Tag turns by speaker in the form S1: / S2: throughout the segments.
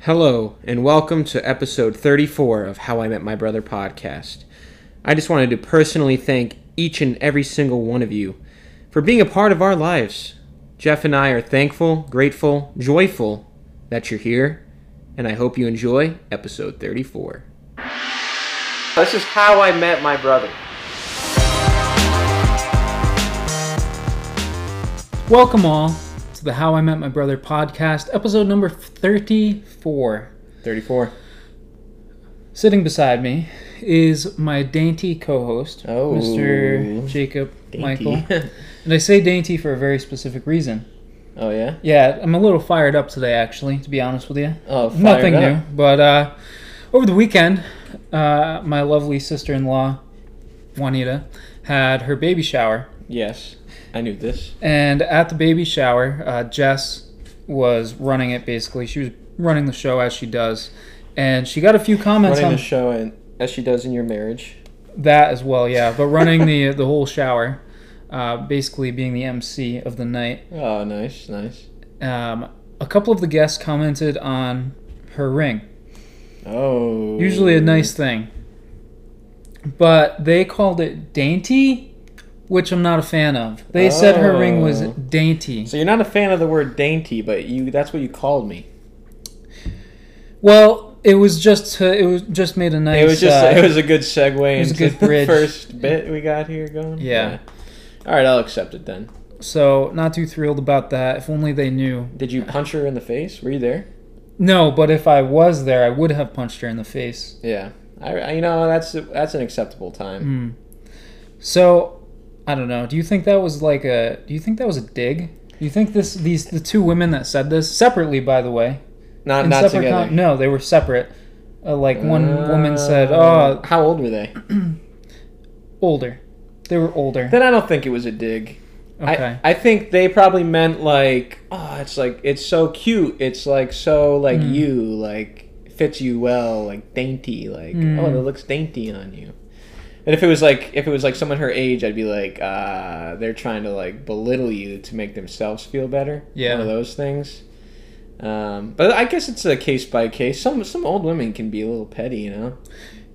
S1: Hello, and welcome to episode 34 of How I Met My Brother podcast. I just wanted to personally thank each and every single one of you for being a part of our lives. Jeff and I are thankful, grateful, joyful that you're here, and I hope you enjoy episode 34. This is How I Met My Brother.
S2: Welcome all to the How I Met My Brother podcast, episode number 34.
S1: 34.
S2: Sitting beside me is my dainty co-host,
S1: Oh.
S2: Mr. Jacob Michael.
S1: Dainty.
S2: And I say dainty for a very specific reason.
S1: oh, yeah?
S2: Yeah, I'm a little fired up today actually, to be honest with you.
S1: Oh, fired
S2: Nothing
S1: up.
S2: new, but uh, over the weekend, uh, my lovely sister-in-law Juanita had her baby shower.
S1: Yes. I knew this.
S2: And at the baby shower, uh, Jess was running it basically. She was running the show as she does. And she got a few comments
S1: Running
S2: on
S1: the show and, as she does in your marriage.
S2: that as well, yeah. But running the the whole shower, uh, basically being the MC of the night.
S1: Oh, nice, nice.
S2: Um, a couple of the guests commented on her ring.
S1: Oh.
S2: Usually a nice thing. But they called it dainty, which I'm not a fan of. They said her ring was
S1: Oh.
S2: dainty.
S1: So you're not a fan of the word dainty, but you—that's what you called me.
S2: Well, it was just to, it was just made a nice.
S1: It was
S2: uh,
S1: just—it was a good segue
S2: was a
S1: into
S2: good
S1: the
S2: bridge.
S1: first bit we got here going.
S2: Yeah.
S1: All right, I'll accept it then.
S2: so not too thrilled about that. If only they knew.
S1: Did you punch her in the face? Were you there?
S2: No, but if I was there, I would have punched her in the face.
S1: Yeah. I, I- you know, that's that's an acceptable time.
S2: Hmm. So, I don't know. Do you think that was like a? Do you think that was a dig? Do you think this these the two women that said this separately, by the way,
S1: Not
S2: in
S1: not
S2: separate
S1: together.
S2: con- no, they were separate. Uh, like one woman said,
S1: Uh,
S2: "Oh,
S1: how old were they?"
S2: older." They were older.
S1: Then I don't think it was a dig.
S2: Okay.
S1: I, I think they probably meant like, oh, it's like it's so cute. It's like so like
S2: Mm.
S1: you like fits you well, like dainty, like
S2: Mm.
S1: oh, it looks dainty on you. And if it was like if it was like someone her age, I'd be like, ah, they're trying to like belittle you to make themselves feel better.
S2: Yeah.
S1: one of those things. Um, but I guess it's a case by case. Some some old women can be a little petty, you know.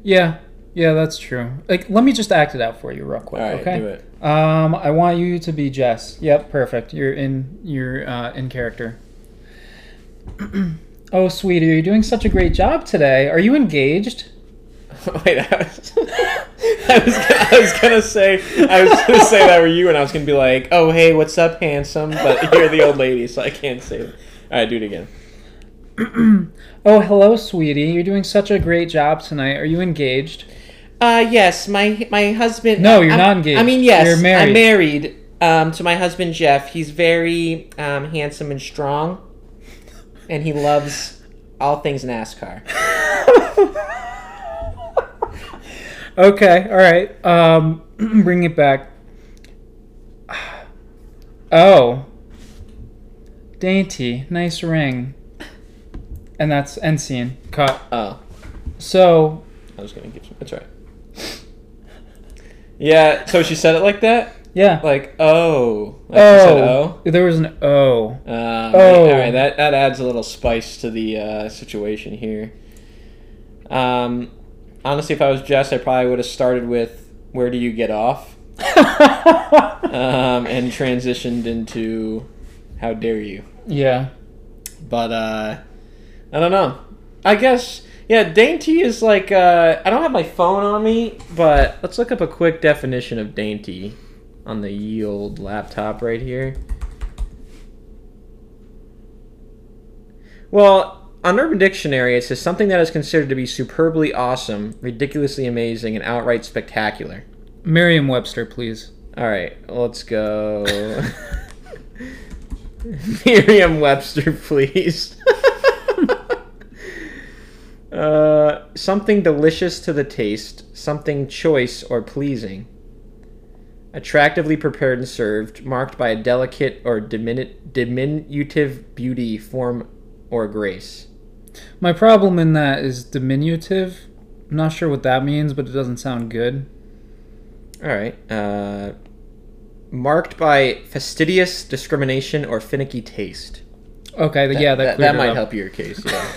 S2: yeah, yeah, that's true. Like, let me just act it out for you real
S1: All
S2: quick.
S1: right,
S2: okay.
S1: do it.
S2: Um, I want you to be Jess. Yep, perfect. You're in. You're uh, in character. oh, sweetie, you're doing such a great job today. Are you engaged?
S1: Wait, I was, I was, gonna, I was gonna say, I was gonna say that were you, and I was gonna be like, "Oh, hey, what's up, handsome?" But you're the old lady, so I can't say it. All right, do it again.
S2: Oh, hello, sweetie. You're doing such a great job tonight. Are you engaged?
S3: Uh, yes, my my husband. uh,
S2: No, you're
S3: I'm-
S2: not engaged.
S3: I mean, yes,
S2: You're married.
S3: I'm married um, to my husband Jeff. He's very um, handsome and strong, and he loves all things NASCAR.
S2: Okay, all right. Um, bring it back. Oh, dainty, nice ring. And that's end scene cut.
S1: Oh,
S2: So
S1: I was gonna give. Some, that's all right. Yeah. So she said it like that,
S2: yeah.
S1: like "oh." Like She said,
S2: oh,
S1: oh.
S2: there was an oh.
S1: Um,
S2: Oh.
S1: All right, that that adds a little spice to the uh, situation here. Um, honestly, if I was Jess, I probably would have started with "Where do you get off?" um, and transitioned into "How dare you?"
S2: yeah.
S1: But uh, I don't know. I guess yeah, dainty is like uh, I don't have my phone on me, but let's look up a quick definition of dainty on the ye old laptop right here. Well, on Urban Dictionary, it says something that is considered to be superbly awesome, ridiculously amazing, and outright spectacular.
S2: Merriam-Webster, please.
S1: All right, let's go. Merriam Webster, please. uh, something delicious to the taste, something choice or pleasing. Attractively prepared and served, marked by a delicate or diminu- diminutive beauty, form, or grace.
S2: My problem in that is diminutive. I'm not sure what that means, but it doesn't sound good.
S1: All right. Uh, marked by fastidious discrimination or finicky taste.
S2: Okay, th- yeah, that,
S1: that,
S2: cleared
S1: that
S2: it
S1: might
S2: up.
S1: help your case. Yeah.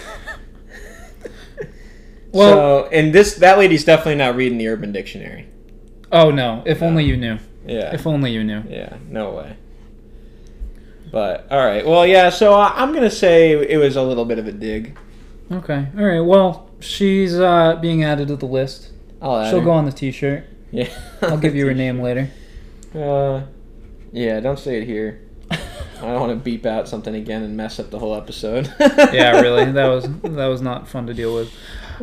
S2: Well,
S1: so, and this that lady's definitely not reading the Urban Dictionary.
S2: oh no! If only you knew.
S1: Yeah.
S2: If only you knew.
S1: Yeah, no way. But all right, well, yeah. So I- I'm gonna say it was a little bit of a dig.
S2: Okay. All right. Well, she's uh, being added to the list.
S1: I'll add
S2: She'll
S1: her.
S2: go on the T-shirt.
S1: Yeah,
S2: I'll give you her name later.
S1: Uh, yeah, don't say it here. I don't want to beep out something again and mess up the whole episode.
S2: yeah, really. That was that was not fun to deal with.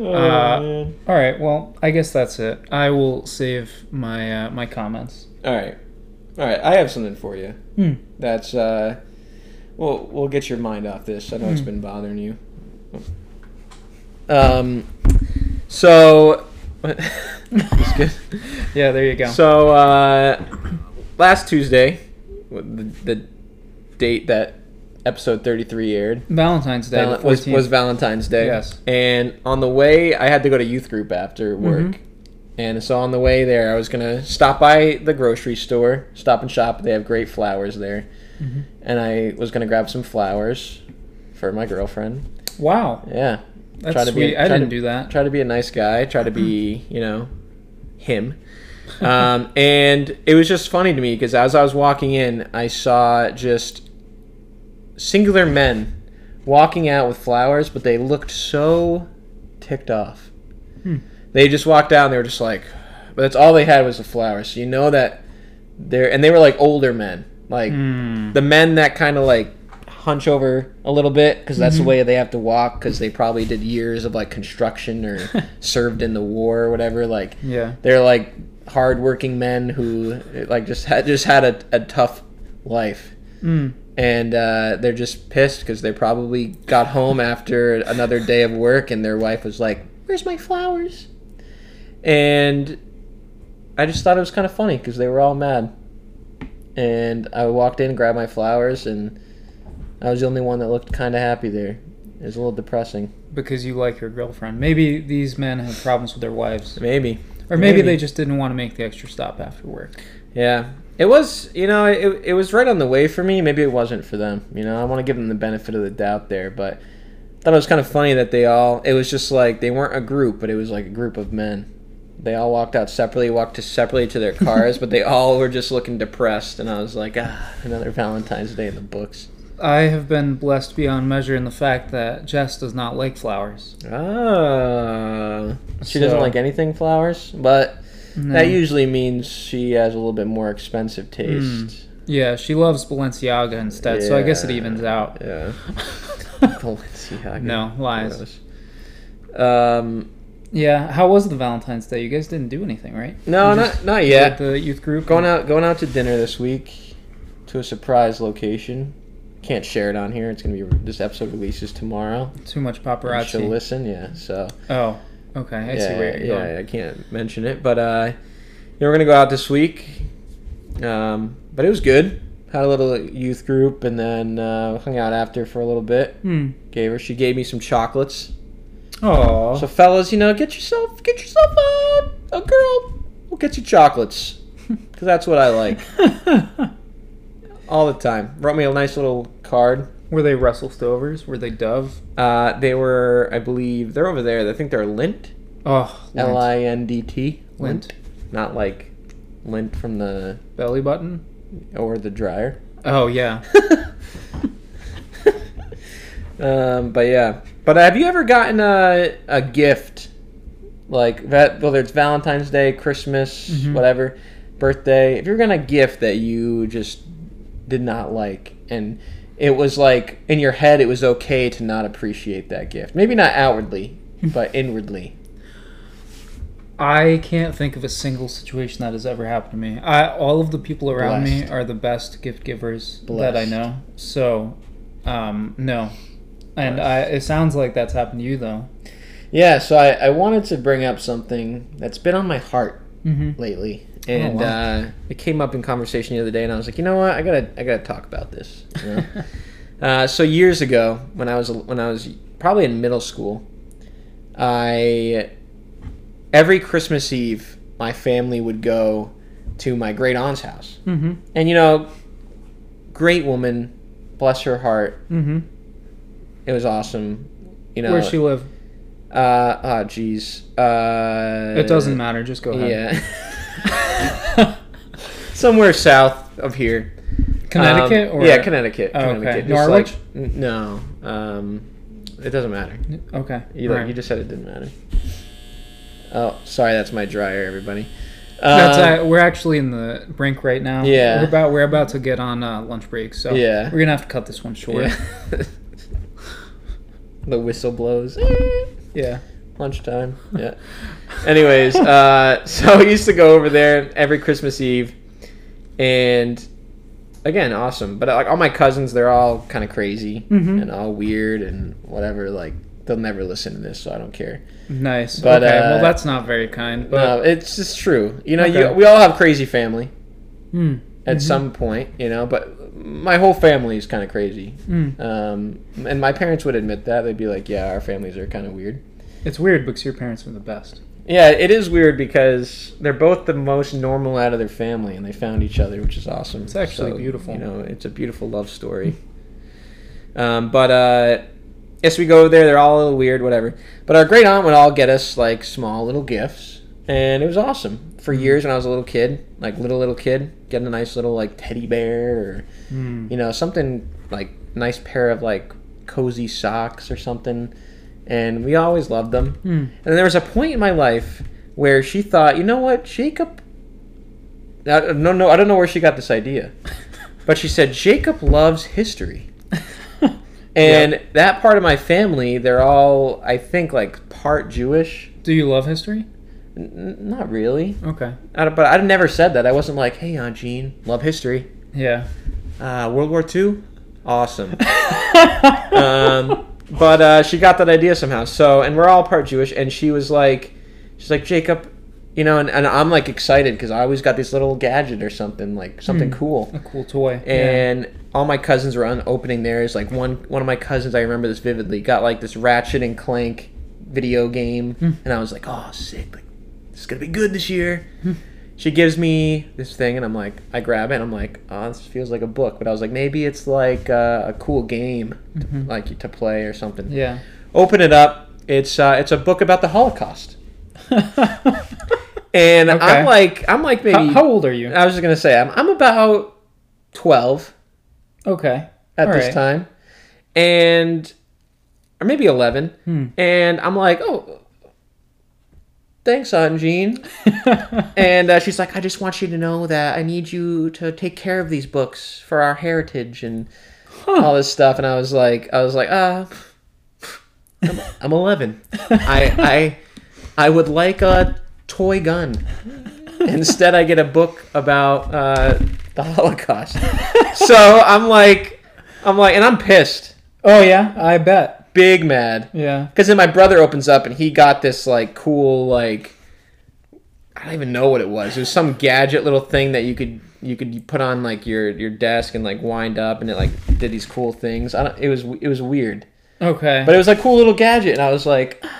S1: Oh,
S2: uh,
S1: man.
S2: All right. Well, I guess that's it. I will save my uh, my comments.
S1: All right, all right. I have something for you.
S2: Hmm.
S1: That's uh, well, we'll get your mind off this. I know it's been bothering you. Um, so that's good.
S2: Yeah. There you go.
S1: So uh, last Tuesday, the, the date that episode thirty-three aired.
S2: Valentine's Day.
S1: Val-
S2: the
S1: was,
S2: 14th.
S1: was Valentine's Day.
S2: Yes.
S1: And on the way, I had to go to youth group after work. And so on the way there, I was going to stop by the grocery store, stop and shop. They have great flowers there. And I was going to grab some flowers for my girlfriend.
S2: wow.
S1: Yeah.
S2: That's
S1: Try to be-
S2: sweet. I
S1: try
S2: didn't
S1: to-
S2: do that.
S1: Try to be a nice guy, try to be, you know, him. Um, and it was just funny to me because as I was walking in, I saw just singular men walking out with flowers, but they looked so ticked off. They just walked out and they were just like, but that's all they had was the flowers. So you know that they're, and they were like older men, like
S2: Hmm.
S1: the men that kind of like hunch over a little bit because that's the way they have to walk because they probably did years of like construction or served in the war or whatever. Like
S2: Yeah.
S1: they're like hardworking men who like just had just had a, a tough life
S2: Mm.
S1: and uh, they're just pissed because they probably got home after another day of work and their wife was like where's my flowers and i just thought it was kind of funny because they were all mad and i walked in grabbed my flowers and i was the only one that looked kind of happy there it was a little depressing
S2: Because you like your girlfriend. Maybe these men have problems with their wives,
S1: maybe
S2: or maybe,
S1: Maybe.
S2: they just didn't want to make the extra stop after work.
S1: Yeah. It was, you know, it, it was right on the way for me. Maybe it wasn't for them. You know, I want to give them the benefit of the doubt there, but I thought it was kind of funny that they all, it was just like they weren't a group, but it was like a group of men. They all walked out separately, walked to separately to their cars, but they all were just looking depressed. And I was like, ah, another Valentine's Day in the books.
S2: I have been blessed beyond measure in the fact that Jess does not like flowers.
S1: Ah. She doesn't
S2: So-
S1: like anything flowers, but
S2: No.
S1: that usually means she has a little bit more expensive taste.
S2: Yeah, she loves Balenciaga instead, so I guess it
S1: Yeah.
S2: evens out.
S1: Yeah. Balenciaga.
S2: Hmm. no, lies.
S1: Um,
S2: Yeah, how was the Valentine's Day? You guys didn't do anything, right?
S1: no,
S2: You
S1: not
S2: just
S1: not
S2: did
S1: yet.
S2: The youth group?
S1: Going out going out to dinner this week to a surprise location. Can't share it on here. It's gonna be this episode releases tomorrow.
S2: Too much
S1: You should
S2: paparazzi.
S1: listen. Yeah. So
S2: Oh, okay. I see
S1: yeah,
S2: where you're
S1: yeah,
S2: going.
S1: I can't mention it, but uh, yeah, we're gonna go out this week. Um, but it was good. Had a little youth group, and then uh, hung out after for a little bit.
S2: Hmm.
S1: Gave her. She gave me some chocolates.
S2: Oh.
S1: So fellas, you know, get yourself get yourself a, a girl. We'll get you chocolates. Cause that's what I like all the time. Wrote me a nice little card.
S2: Were they Russell Stovers? Were they Dove?
S1: Uh, they were, I believe, they're over there. I think they're lint.
S2: Oh,
S1: L
S2: lint.
S1: I N D T.
S2: Lint.
S1: Not like lint from the
S2: Belly button?
S1: or the dryer.
S2: Oh, yeah.
S1: Um, but yeah. But have you ever gotten a a gift like that? Whether it's Valentine's Day, Christmas,
S2: Mhm.
S1: whatever, birthday. If you're gonna gift that you just did not like, and it was like in your head, it was okay to not appreciate that gift. Maybe not outwardly, but inwardly.
S2: I can't think of a single situation that has ever happened to me. I all of the people around
S1: Blessed.
S2: me are the best gift givers that I
S1: Blessed.
S2: know. So, um, no, and I, it sounds like that's happened to you though.
S1: Yeah. So I, I wanted to bring up something that's been on my heart
S2: Mm-hmm.
S1: lately, and
S2: wow.
S1: uh, it came up in conversation the other day, and I was like, you know what, I gotta I gotta talk about this. you know? uh, so years ago, when I was when I was probably in middle school, I every Christmas Eve my family would go to my great aunt's house,
S2: mm-hmm.
S1: and you know, great woman, bless her heart,
S2: Mm-hmm.
S1: it was awesome. You know,
S2: Where she live?
S1: Uh, oh, jeez. Uh,
S2: It doesn't matter. Just go ahead.
S1: Yeah. Somewhere south of here.
S2: Connecticut
S1: Um,
S2: or
S1: yeah, Connecticut.
S2: Oh, okay.
S1: Connecticut. It's
S2: Norwich?
S1: like- n- no. Um, it doesn't matter.
S2: Okay.
S1: You,
S2: right.
S1: you just said it didn't matter. Oh, sorry, that's my dryer, everybody.
S2: That's
S1: Um,
S2: uh, we're actually in the brink right now.
S1: Yeah.
S2: we're about we're about to get on uh, lunch break, so
S1: Yeah.
S2: we're gonna have to cut this one short.
S1: Yeah. the whistle blows. Eh,
S2: yeah.
S1: Lunchtime. Yeah. Anyways, uh, so I used to go over there every Christmas Eve, and again, awesome. But like all my cousins, they're all kind of crazy
S2: Mhm.
S1: and all weird and whatever. Like they'll never listen to this, so I don't care.
S2: Nice.
S1: But,
S2: okay.
S1: uh,
S2: well, that's not very kind. But
S1: No, it's just true. You know,
S2: Okay.
S1: you, we all have crazy family
S2: Hmm.
S1: at some point. You know, but my whole family is kind of crazy.
S2: Hmm.
S1: Um, and my parents would admit that. They'd be like, yeah, our families are kind of weird.
S2: it's weird because your parents are the best.
S1: Yeah, it is weird because they're both the most normal out of their family and they found each other, which is awesome.
S2: It's actually beautiful.
S1: You know, it's a beautiful love story. um, but, uh,. Yes, we go over there. They're all a little weird, whatever. But our great aunt would all get us like small little gifts, and it was awesome. For
S2: Mm-hmm.
S1: years, when I was a little kid, like little little kid, getting a nice little like teddy bear or
S2: Hmm.
S1: you know something like nice pair of like cozy socks or something and we always loved them
S2: Hmm.
S1: and there was a point in my life where she thought you know what jacob I, no no i don't know where she got this idea but she said jacob loves history and that part of my family they're all i think like part jewish
S2: Do you love history?
S1: N- n- not really
S2: Okay.
S1: I don't- but i've never said that i wasn't like hey aunt jean love history
S2: Yeah.
S1: uh, world war ii awesome um, but uh, she got that idea somehow. So, and we're all part Jewish, and she was like, she's like Jacob, you know, and, and I'm like excited because I always got this little gadget or something like something
S2: Hmm.
S1: cool.
S2: a cool toy. Yeah.
S1: And all my cousins were un- opening theirs. Like one one of my cousins, I remember this vividly, got like this Ratchet and Clank video game,
S2: Hmm.
S1: and I was like, oh, sick! Like this is gonna be good this year. She gives me this thing, and I'm like, I grab it, and I'm like, oh, this feels like a book. But I was like, maybe it's like uh, a cool game, to-
S2: Mm-hmm.
S1: like to play or something.
S2: Yeah.
S1: Open it up. It's uh, it's a book about the Holocaust, and
S2: Okay.
S1: I'm like, I'm like maybe.
S2: how, how old are you?
S1: I was just gonna say, I'm I'm about twelve
S2: Okay.
S1: at
S2: All
S1: this
S2: right.
S1: time, and or maybe eleven, and I'm like, oh, thanks, Aunt Jean. and uh, she's like, I just want you to know that I need you to take care of these books for our heritage and all this stuff. And I was like, I was like, ah, I'm, I'm 11. I I I would like a toy gun. Instead, I get a book about uh, the Holocaust. so I'm like, I'm like, and I'm pissed,
S2: oh yeah, I bet.
S1: big mad.
S2: Yeah.
S1: Because then my brother opens up and he got this like cool like I don't even know what it was. It was some gadget little thing that you could you could put on like your your desk and like wind up and it like did these cool things. I don't, it was it was weird,
S2: Okay.
S1: but it was a cool little gadget and I was like,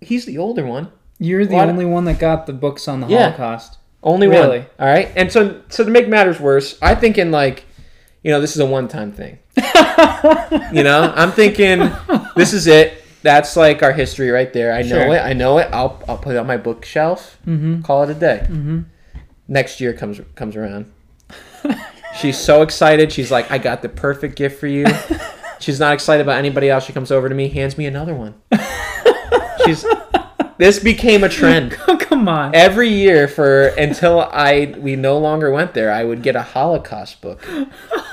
S1: he's the older one,
S2: You're the
S1: Why-
S2: only one that got the books on the
S1: Yeah.
S2: Holocaust.
S1: only
S2: Really?
S1: one. All right, and so so to make matters worse, I think in like you know this is a one time thing. you know, I'm thinking this is it. That's like our history right there. I know
S2: Sure. Mm-hmm.
S1: it. I know it. I'll I'll put it on my bookshelf. Call it a day. Next year comes comes around. She's so excited. She's like, I got the perfect gift for you. She's not excited about anybody else. She comes over to me, hands me another one. She's. This became a trend
S2: Come on.
S1: every year for until I we no longer went there. I would get a Holocaust book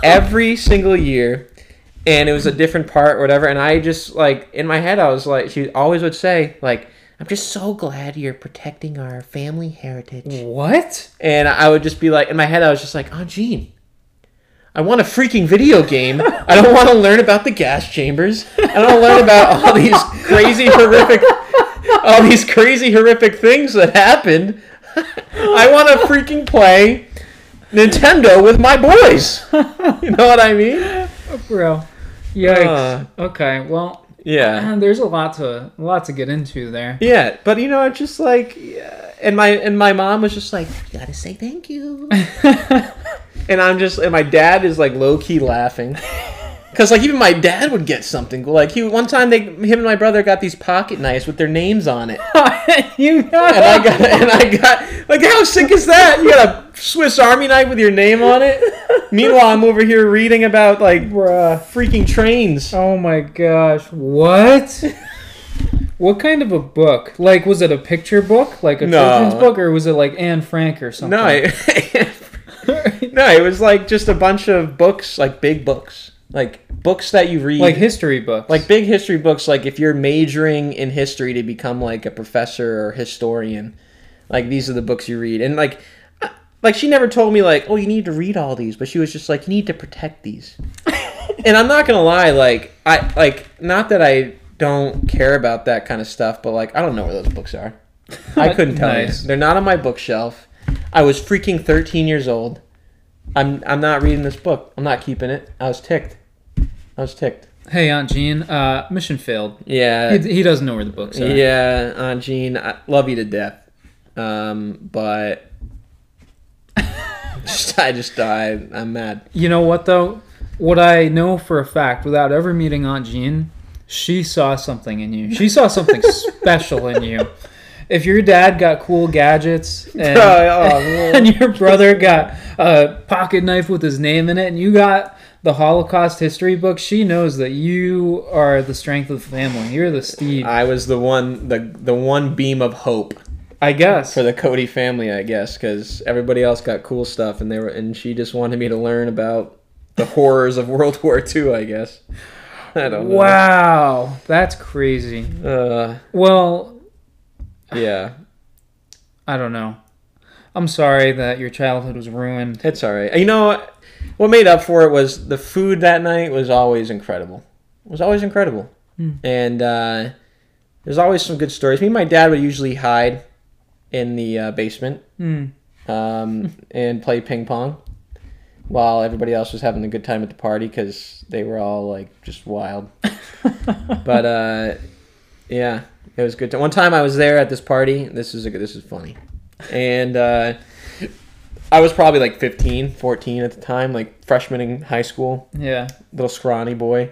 S1: every single year, and it was a different part, or whatever. And I just like in my head, I was like, she always would say like. I'm just so glad you're protecting our family heritage.
S2: What?
S1: And I would just be like, in my head, I was just like, Aunt Jean, I want a freaking video game. I don't want to learn about the gas chambers. I don't learn about all these crazy horrific, all these crazy horrific things that happened. I want to freaking play Nintendo with my boys. You know what I mean?
S2: Bro. Yikes.
S1: Uh.
S2: okay. Well,
S1: Yeah.
S2: there's a lot to a lot to get into there.
S1: Yeah, but you know, it's just like, yeah. and my and my mom was just like, you gotta say thank you, and I'm just, and my dad is like low key laughing, Cause like even my dad would get something. Like he one time they him and my brother got these pocket knives with their names on it.
S2: you got
S1: And I got and I got like how sick is that? You got a Swiss Army knife with your name on it. Meanwhile, I'm over here reading about like
S2: Bruh.
S1: freaking trains.
S2: Oh my gosh. What? what kind of a book? Like, was it a picture book? Like a
S1: No.
S2: children's book? Or was it like Anne Frank or something?
S1: No, it, no, it was like just a bunch of books, like big books, like books that you read,
S2: like history books.
S1: like big history books. Like if you're majoring in history to become like a professor or historian, like these are the books you read. And like, I- like she never told me like, oh, you need to read all these, but she was just like, you need to protect these. and I'm not gonna lie, like I like not that I don't care about that kind of stuff, but like I don't know where those books are. I couldn't tell
S2: Nice.
S1: you. They're not on my bookshelf. I was freaking 13 years old. I'm I'm not reading this book. I'm not keeping it. I was ticked. I was ticked.
S2: hey, Aunt Jean, uh, mission failed.
S1: Yeah.
S2: He, he doesn't know where the books are.
S1: Yeah, Aunt Jean, I love you to death. Um, but just, I just died. I'm mad.
S2: You know what, though? What I know for a fact, without ever meeting Aunt Jean, she saw something in you. She saw something special in you. If your dad got cool gadgets and,
S1: Oh, man.
S2: and your brother got a pocket knife with his name in it and you got the Holocaust history book, she knows that you are the strength of the family. You're the Steve,
S1: I was the one, the the one beam of hope
S2: I guess.
S1: for the Cody family, I guess, because everybody else got cool stuff, and they were, and she just wanted me to learn about the horrors of World War II, I guess. I don't know.
S2: Wow, that's crazy.
S1: Uh,
S2: Well,
S1: yeah,
S2: I don't know. I'm sorry that your childhood was ruined.
S1: it's all right. You know, what made up for it was the food that night was always incredible. It was always incredible, and uh, there's always some good stories. Me and my dad would usually hide in the uh, basement
S2: Hmm.
S1: um, and play ping pong while everybody else was having a good time at the party because they were all like just wild. but uh, yeah, it was good. To- One time I was there at this party. This is a good, this is funny, and uh, I was probably like 15, 14 at the time, like freshman in high school
S2: Yeah.
S1: little scrawny boy,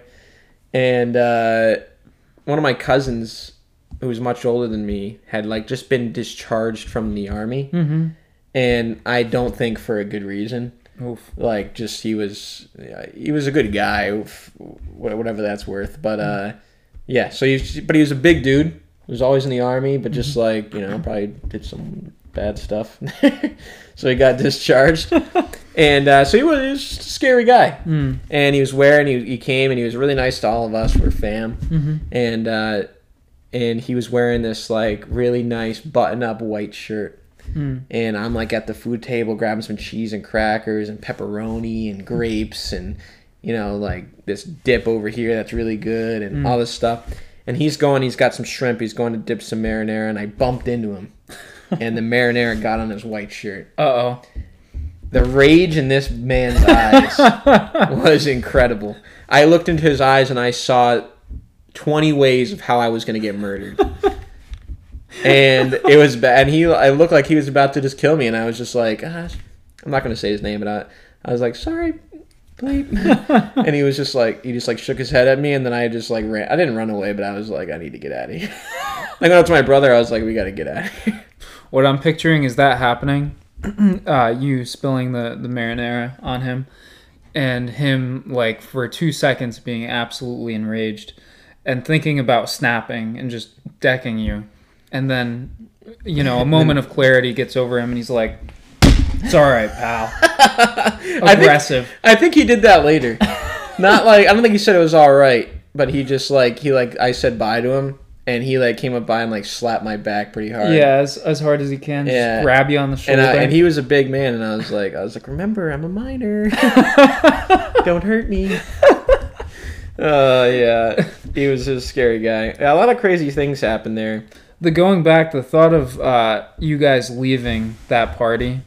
S1: and uh, one of my cousins, who was much older than me, had like just been discharged from the army,
S2: Mhm.
S1: and I don't think for a good reason.
S2: Oof.
S1: Like, just he was he was a good guy, f- wha- whatever that's worth. But uh, yeah, so he's but he was a big dude. He was always in the army, but just like you know, probably did some bad stuff. so he got discharged, and uh, so he was, he was just a scary guy
S2: Mm.
S1: and he was wearing he, he came and he was really nice to all of us we're fam and uh and he was wearing this like really nice button up white shirt
S2: Mm.
S1: and i'm like at the food table grabbing some cheese and crackers and pepperoni and grapes and you know like this dip over here that's really good and all this stuff and he's going he's got some shrimp he's going to dip some marinara and i bumped into him and the marinara got on his white shirt
S2: Uh
S1: the rage in this man's eyes
S2: oh.
S1: was incredible. I looked into his eyes and I saw 20 ways of how I was going to get murdered. and it was bad. And he, I looked like he was about to just kill me. And I was just like, ah, I'm not going to say his name, but I, I was like, sorry, bleep. and he was just like, he just like shook his head at me. And then I just like ran. I didn't run away, but I was like, I need to get out of here. I went up to my brother. I was like, we got to get out of here.
S2: what I'm picturing is that happening. uh, you spilling the, the marinara on him and him, like, for two seconds being absolutely enraged and thinking about snapping and just decking you. And then, you know, a moment of clarity gets over him and he's like, it's all right, pal. Aggressive.
S1: I think he did that later. Not like I don't think he said it was all right, but he just like he like I said bye to him, and he like came up by and like slapped my back pretty hard.
S2: yeah, as, as hard as he can. just
S1: Yeah.
S2: grab you on the
S1: And,
S2: shoulder.
S1: I, and he was a big man, and I was like, I was like, remember, I'm a minor. Don't hurt me. Uh, yeah, he was a scary guy. A lot of crazy things happened there.
S2: the going back the thought of uh, you guys leaving that party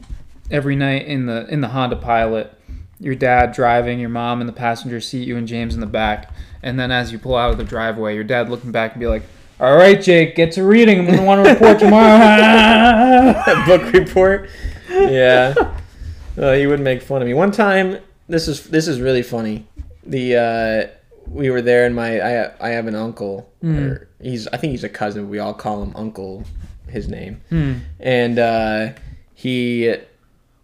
S2: every night in the in the honda pilot your dad driving your mom in the passenger seat you and james in the back and then as you pull out of the driveway your dad looking back and be like all right jake get to reading i'm gonna want to report tomorrow
S1: that book report. Yeah. Uh, he would make fun of me. One time, this is this is really funny. the uh, we were there, and my I ha- I have an uncle. Or he's I think he's a cousin. We all call him Uncle. His name, and uh, he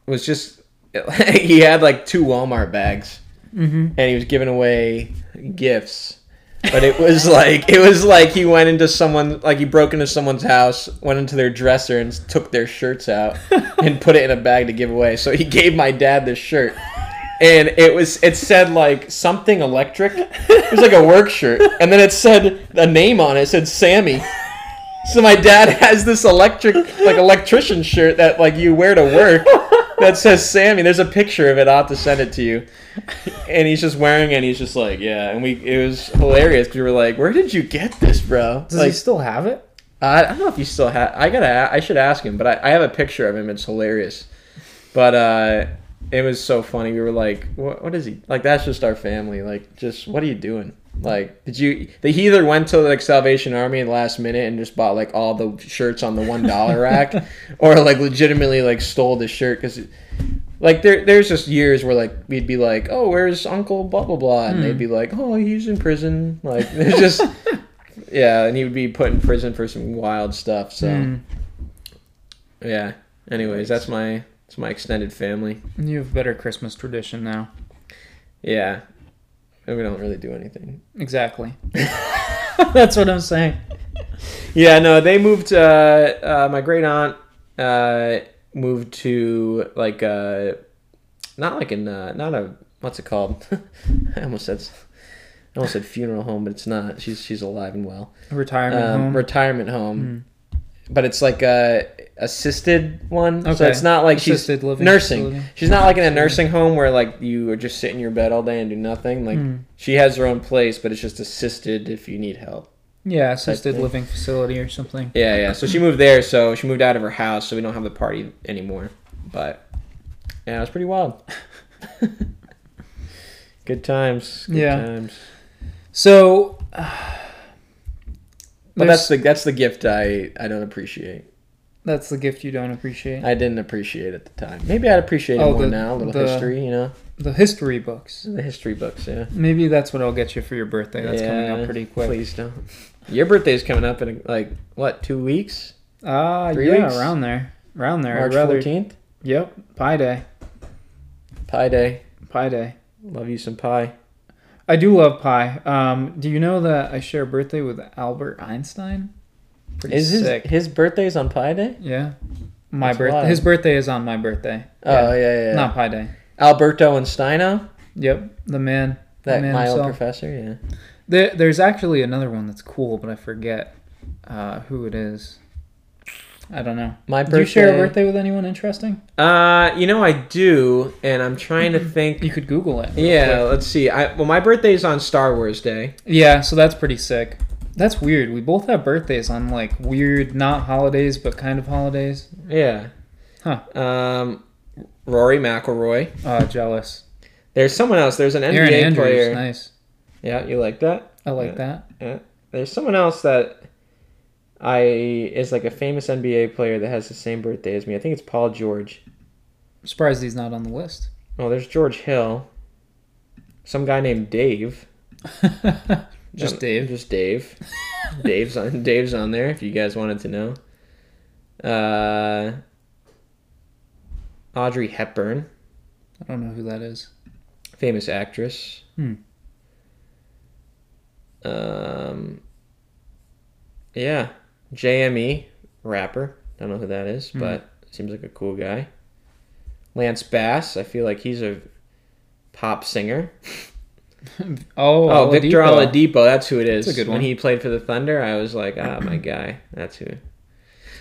S1: was just he had like two Walmart bags, and he was giving away gifts. But it was like it was like he went into someone like he broke into someone's house, went into their dresser and took their shirts out and put it in a bag to give away. So he gave my dad this shirt. And it was it said like something electric. It was like a work shirt. And then it said a name on it, it said Sammy. So my dad has this electric, like electrician shirt that like you wear to work that says Sammy. There's a picture of it. I'll have to send it to you. And he's just wearing it. and He's just like, yeah. And we, it was hilarious because we were like, where did you get this, bro?
S2: Does he
S1: like,
S2: still have it?
S1: I I don't know if you still have. I gotta. a- I should ask him, but I, I have a picture of him. It's hilarious. But uh, it was so funny. We were like, what, what is he like? That's just our family. Like, just what are you doing? Like, did you? They he either went to like Salvation Army at last minute and just bought like all the shirts on the one dollar rack, or like legitimately like stole the shirt because. Like there, there's just years where like we'd be like, oh, where's Uncle blah blah blah, and they'd be like, oh, he's in prison. Like there's just yeah, and he would be put in prison for some wild stuff. So
S2: Mm.
S1: yeah. Anyways, that's my that's my extended family.
S2: You have better Christmas tradition now.
S1: Yeah, and we don't really do anything.
S2: Exactly. That's what I'm saying.
S1: Yeah, no, they moved. Uh, uh, my great aunt uh, moved to like uh, not like in uh, not a what's it called? I almost said s- I almost said funeral home, but it's not. She's she's alive and well.
S2: Retirement
S1: um,
S2: home. Hmm.
S1: Retirement home. But it's like a assisted one, so
S2: Okay.
S1: it's not like
S2: Assisted
S1: she's
S2: living
S1: nursing.
S2: facility.
S1: She's not like in a nursing home where like you just sit in your bed all day and do nothing. Like
S2: Mm.
S1: she has her own place, but it's just assisted if you need help.
S2: yeah, assisted
S1: thing.
S2: living facility or something.
S1: Yeah, yeah. So she moved there, so she moved out of her house, so we don't have the party anymore. But yeah, it was pretty wild. good times. Good
S2: Yeah.
S1: times.
S2: So,
S1: But
S2: there's-
S1: that's the that's the gift I I don't appreciate.
S2: that's the gift you don't appreciate.
S1: I didn't appreciate it at the time. Maybe I'd appreciate it
S2: Oh,
S1: more
S2: the-
S1: now. A little
S2: the-
S1: history, you know,
S2: The history books.
S1: the history books. Yeah,
S2: Maybe that's what I'll get you for your birthday. That's coming
S1: Yeah,
S2: up pretty quick.
S1: Please don't. Your birthday's coming up in like what? Two weeks?
S2: Ah,
S1: Three
S2: yeah,
S1: weeks?
S2: around there. Around there.
S1: March
S2: I'd rather.
S1: fourteenth.
S2: Yep. Pie day.
S1: Pie day.
S2: Pie day.
S1: Love you some pie.
S2: I do love pie. Um, do you know that I share a birthday with Albert Einstein? Pretty
S1: Is his
S2: sick.
S1: his birthday's on Pie Day?
S2: Yeah. My
S1: That's
S2: birthday.
S1: wild.
S2: His birthday is on my birthday.
S1: Oh yeah, yeah. yeah.
S2: Not Pi Day.
S1: Alberto and Steino,
S2: Yep. The man.
S1: that
S2: the man
S1: my old
S2: himself.
S1: professor. Yeah.
S2: There, there's actually another one that's cool, but I forget uh, who it is. I don't know.
S1: My
S2: Do
S1: birthday.
S2: you share a birthday with anyone interesting?
S1: Uh, you know I do, and I'm trying to think.
S2: You could Google it.
S1: Yeah, let's see. I well, my birthday's on Star Wars Day.
S2: Yeah, so that's pretty sick. That's weird. We both have birthdays on like weird, not holidays, but kind of holidays.
S1: Yeah.
S2: Huh.
S1: Um, Rory McIlroy.
S2: Uh, jealous.
S1: There's someone else. There's an NBA
S2: Aaron Andrews,
S1: player.
S2: nice.
S1: Yeah, you like that?
S2: I like
S1: Yeah.
S2: that.
S1: Yeah. There's someone else that I is like a famous NBA player that has the same birthday as me. I think it's Paul George.
S2: I'm surprised he's not on the list.
S1: Oh, there's George Hill. Some guy named Dave.
S2: Just
S1: Um,
S2: Dave.
S1: Just Dave. Dave's on Dave's on there if you guys wanted to know. Uh Audrey Hepburn,
S2: I don't know who that is.
S1: famous actress.
S2: Hmm.
S1: Um Yeah. JME, rapper. Don't know who that is,
S2: Hmm.
S1: but seems like a cool guy. Lance Bass, I feel like he's a pop singer.
S2: Oh,
S1: Oh, Victor
S2: Oladipo.
S1: Oladipo. That's who it is.
S2: That's a good
S1: When
S2: one.
S1: he played for the Thunder, I was like, ah, my guy. That's who.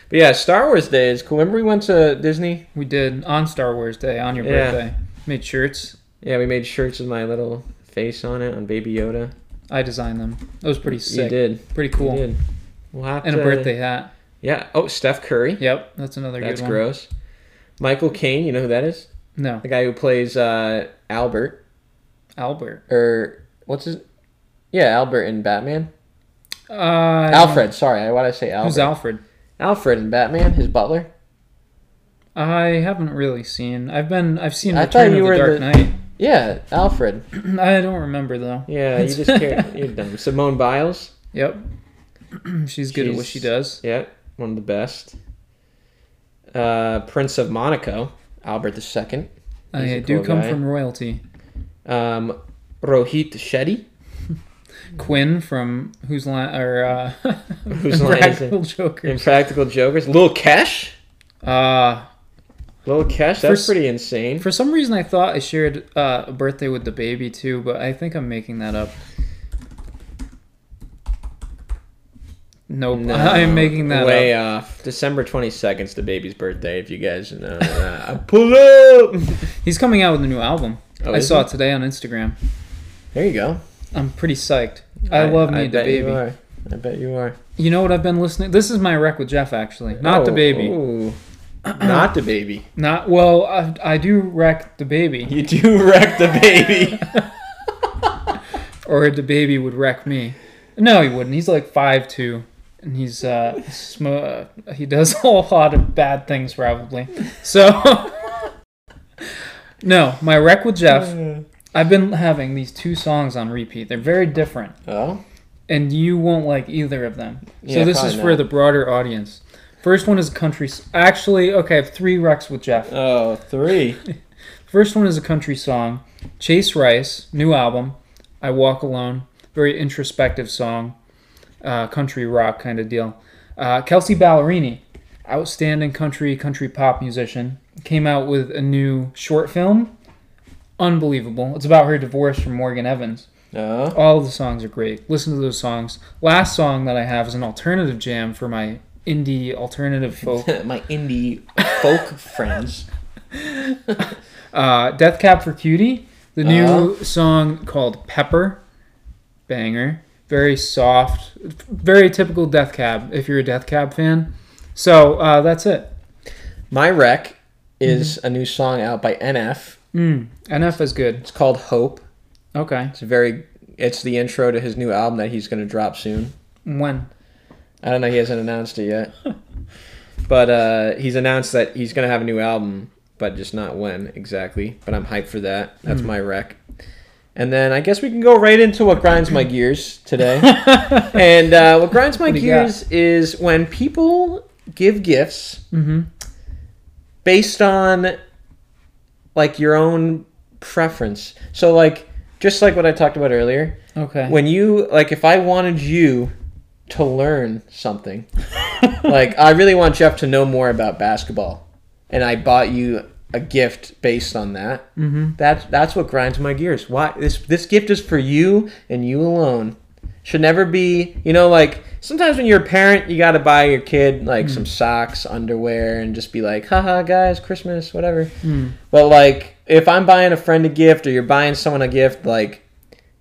S1: But yeah, Star Wars Day is cool. Remember we went to Disney?
S2: We did on Star Wars Day on your
S1: Yeah.
S2: birthday. Made shirts.
S1: Yeah, we made shirts with my little face on it on Baby Yoda.
S2: I designed them. That was pretty sick.
S1: You did.
S2: Pretty
S1: You
S2: cool.
S1: did. We'll have
S2: And a
S1: to-
S2: birthday hat.
S1: Yeah. Oh, Steph Curry.
S2: Yep, that's another
S1: That's
S2: good one.
S1: gross. Michael Caine. You know who that is?
S2: No,
S1: The guy who plays uh, Albert
S2: Albert.
S1: or what's his? Yeah, Albert in Batman.
S2: Uh, I don't-
S1: Alfred. Sorry, why did I say Albert?
S2: Who's Alfred?
S1: Alfred in Batman. His butler.
S2: I haven't really seen. I've been. I've seen
S1: I
S2: Return
S1: thought
S2: of
S1: you
S2: the
S1: were
S2: Dark
S1: the-
S2: Knight.
S4: Yeah, Alfred.
S2: I don't remember though.
S1: Yeah, you just care. You're dumb. Simone Biles.
S2: Yep. She's good at what she
S1: She's-
S2: does.
S1: Yeah, one of the best. Uh, Prince of Monaco, Albert II. he's
S2: I
S1: a
S2: do
S1: cool
S2: come
S1: guy.
S2: from royalty.
S1: Um, Rohit Shetty.
S2: Quinn from whose line or uh,
S1: Whose Line Is It?
S2: Impractical Jokers.
S1: Impractical Jokers. Lil Kesh.
S2: Uh,
S1: Lil Kesh. That's
S2: First-
S1: pretty insane.
S2: for some reason, I thought I shared uh, a birthday with the baby too, but I think I'm making that up. Nope,
S1: No,
S2: I'm making that
S1: way
S2: up.
S1: off. December 22nd is the baby's birthday. If you guys know, that. pull up.
S2: He's coming out with a new album.
S1: Oh,
S2: I
S1: is
S2: saw
S1: he?
S2: it today on Instagram.
S1: There you go.
S2: I'm pretty psyched. I, love me the
S1: bet
S2: baby.
S1: You,
S2: You,
S1: are. I bet you are.
S2: know what I've been listening? This is my rec with Jeff actually, not the
S1: Oh,
S2: baby.
S1: ooh. Not the baby.
S2: Not well. I, I do wreck the baby,
S1: You do wreck the baby.
S2: or the baby would wreck me. No, he wouldn't. He's like five two, and he's uh, sm- uh he does a lot of bad things probably. So, no, my wreck with Jeff. I've been having these two songs on repeat. They're very different,
S1: oh,
S2: and you won't like either of them. So
S1: Yeah,
S2: this is
S1: probably
S2: for
S1: not.
S2: the broader audience. First one is a country. s- Actually, okay, I have three wrecks with Jeff.
S1: oh, three.
S2: First one is a country song, Chase Rice, new album, I Walk Alone, very introspective song, uh, country rock kind of deal. Uh, Kelsey Ballerini, outstanding country, country pop musician, came out with a new short film. Unbelievable. It's about her divorce from Morgan Evans.
S1: Oh,
S2: All of the songs are great. Listen to those songs. Last song that I have is an alternative jam for my indie alternative folk
S1: my indie folk friends.
S2: uh, Death Cab for Cutie, the new song called Pepper, banger, very soft, very typical Death Cab if you're a Death Cab fan. So uh, that's it.
S1: My wreck is a new song out by NF.
S2: Mm, NF is good.
S1: It's called Hope.
S2: Okay.
S1: It's very. It's the intro to his new album that he's going to drop soon.
S2: When?
S1: I don't know. He hasn't announced it yet. but uh, he's announced that he's going to have a new album, but just not when exactly. But I'm hyped for that. That's
S2: Hmm.
S1: my wreck. And then I guess we can go right into what grinds my gears today. and uh, what grinds my
S2: What do you got?
S1: gears is when people give gifts
S2: Mm-hmm.
S1: based on like your own preference. So like just like what I talked about earlier,
S2: Okay.
S1: when you like if i wanted you to learn something like i really want jeff to know more about basketball and i bought you a gift based on that
S2: Mm-hmm.
S1: that's that's what grinds my gears why this this gift is for you and you alone should never be you know like sometimes when you're a parent you got to buy your kid like some socks underwear and just be like haha guys christmas whatever
S2: Mm.
S1: but like, if I'm buying a friend a gift or you're buying someone a gift, like,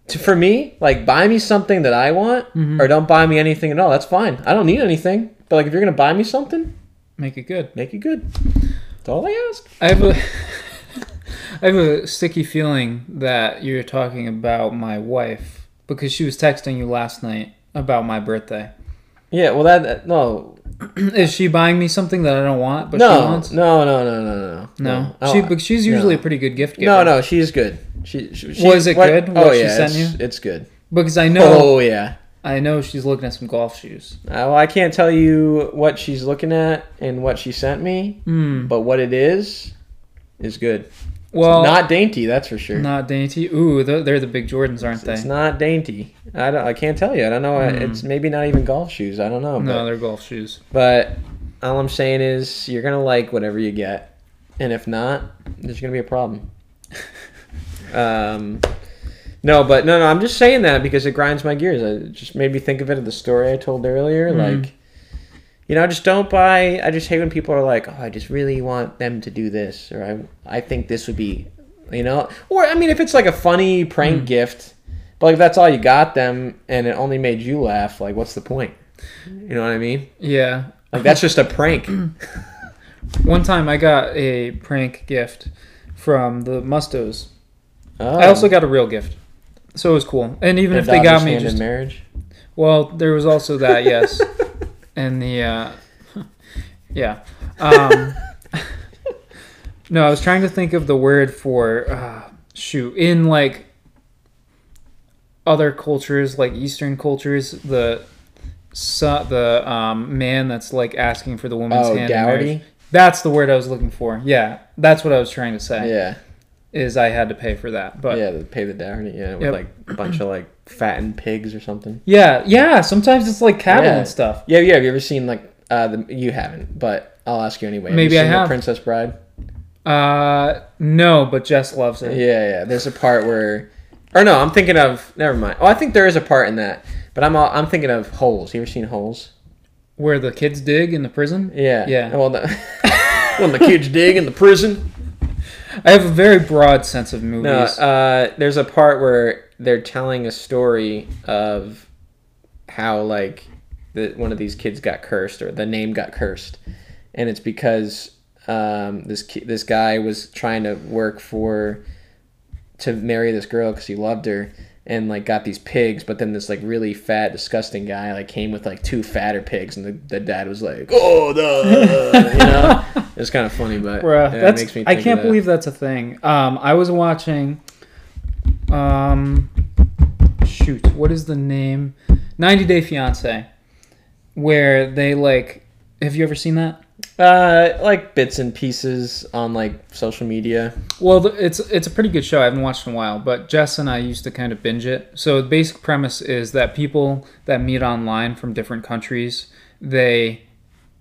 S1: to, for me, like, buy me something that I want
S2: Mhm.
S1: or don't buy me anything at all. That's fine. I don't need anything. But like, if you're gonna buy me something,
S2: Make it good.
S1: make it good. That's all I ask.
S2: I have a. I have a sticky feeling that you're talking about my wife because she was texting you last night about my birthday.
S1: Yeah. Well, that, that no,
S2: Is she buying me something that I don't want, but she
S1: no,
S2: wants?
S1: no, no, no, no, no,
S2: No,
S1: Oh,
S2: she, but she's usually a pretty good gift giver.
S1: no, no. She's good. She, she, she oh,
S2: Was it good, what she
S1: it's,
S2: sent you?
S1: It's good.
S2: because I know
S1: Oh yeah.
S2: I know she's looking at some golf shoes.
S1: Uh, well, I can't tell you what she's looking at and what she sent me,
S2: Mm.
S1: but what it is is good.
S2: Well, not,
S1: not dainty, that's for sure.
S2: dainty. Ooh, they're, they're the big Jordans, aren't
S1: It's
S2: they?
S1: not dainty. I don't. I can't tell you. I don't know. uh,
S2: Mm.
S1: It's maybe not even golf shoes. I don't know.
S2: no,
S1: But,
S2: they're golf shoes.
S1: but all I'm saying is you're gonna like whatever you get, and if not, there's gonna be a problem. um, no, but no, no. I'm just saying that because it grinds my gears. It just made me think of it of the story I told earlier.
S2: Mm.
S1: Like, you know, just don't buy. I just hate when people are like, "Oh, I just really want them to do this," or "I, I think this would be," you know. Or I mean, if it's like a funny prank gift, but like if that's all you got them and it only made you laugh, like, what's the point? You know what I mean?
S2: Yeah.
S1: Like that's just a prank.
S2: One time I got a prank gift from the Mustos.
S1: Oh.
S2: I also got a real gift, so it was cool. And even
S1: The
S2: if they
S1: Dodgers
S2: got me
S1: stand
S2: just
S1: in marriage.
S2: Well, there was also that, yes. and the, uh, yeah. Um, no, I was trying to think of the word for uh, shoot in like other cultures like eastern cultures the so, the um, man that's like asking for the woman's
S1: Oh,
S2: hand in
S1: dowry?
S2: marriage. that's the word i was looking for yeah that's what i was trying to say
S1: Yeah.
S2: is i had to pay for that but
S1: Yeah, they pay the dowry. Yeah, with
S2: Yep.
S1: like a bunch of like fattened pigs or something.
S2: yeah yeah sometimes it's like cattle
S1: Yeah.
S2: and stuff
S1: Yeah, yeah. Have you ever seen like uh, the you haven't, but I'll ask you anyway. Have
S2: Maybe
S1: you
S2: I
S1: seen
S2: have.
S1: The Princess Bride.
S2: uh no but jess loves it
S1: Yeah, yeah. There's a part where, or no, I'm thinking of. Never mind. Oh, I think there is a part in that, but I'm all, I'm thinking of holes. You ever seen holes?
S2: where the kids dig in the prison
S1: Yeah.
S2: Yeah.
S1: Well, the, when the kids dig in the prison.
S2: i have a very broad sense of movies
S1: No, uh, there's a part where they're telling a story of how like the, one of these kids got cursed or the name got cursed, and it's because um, this ki- this guy was trying to work for to marry this girl because he loved her and like got these pigs but then this like really fat disgusting guy like came with like two fatter pigs and the, the dad was like oh no you know it's kind of funny but
S2: Bruh,
S1: yeah, it
S2: that's,
S1: makes me
S2: I
S1: think of
S2: can't
S1: that.
S2: believe that's a thing. Um, I was watching, um, shoot, what is the name? 90 Day Fiance, where they like, have you ever seen that?
S1: Uh, like bits and pieces on like social media.
S2: Well, th- it's it's a pretty good show. I haven't watched in a while, but Jess and I used to kind of binge it. So the basic premise is that people that meet online from different countries, they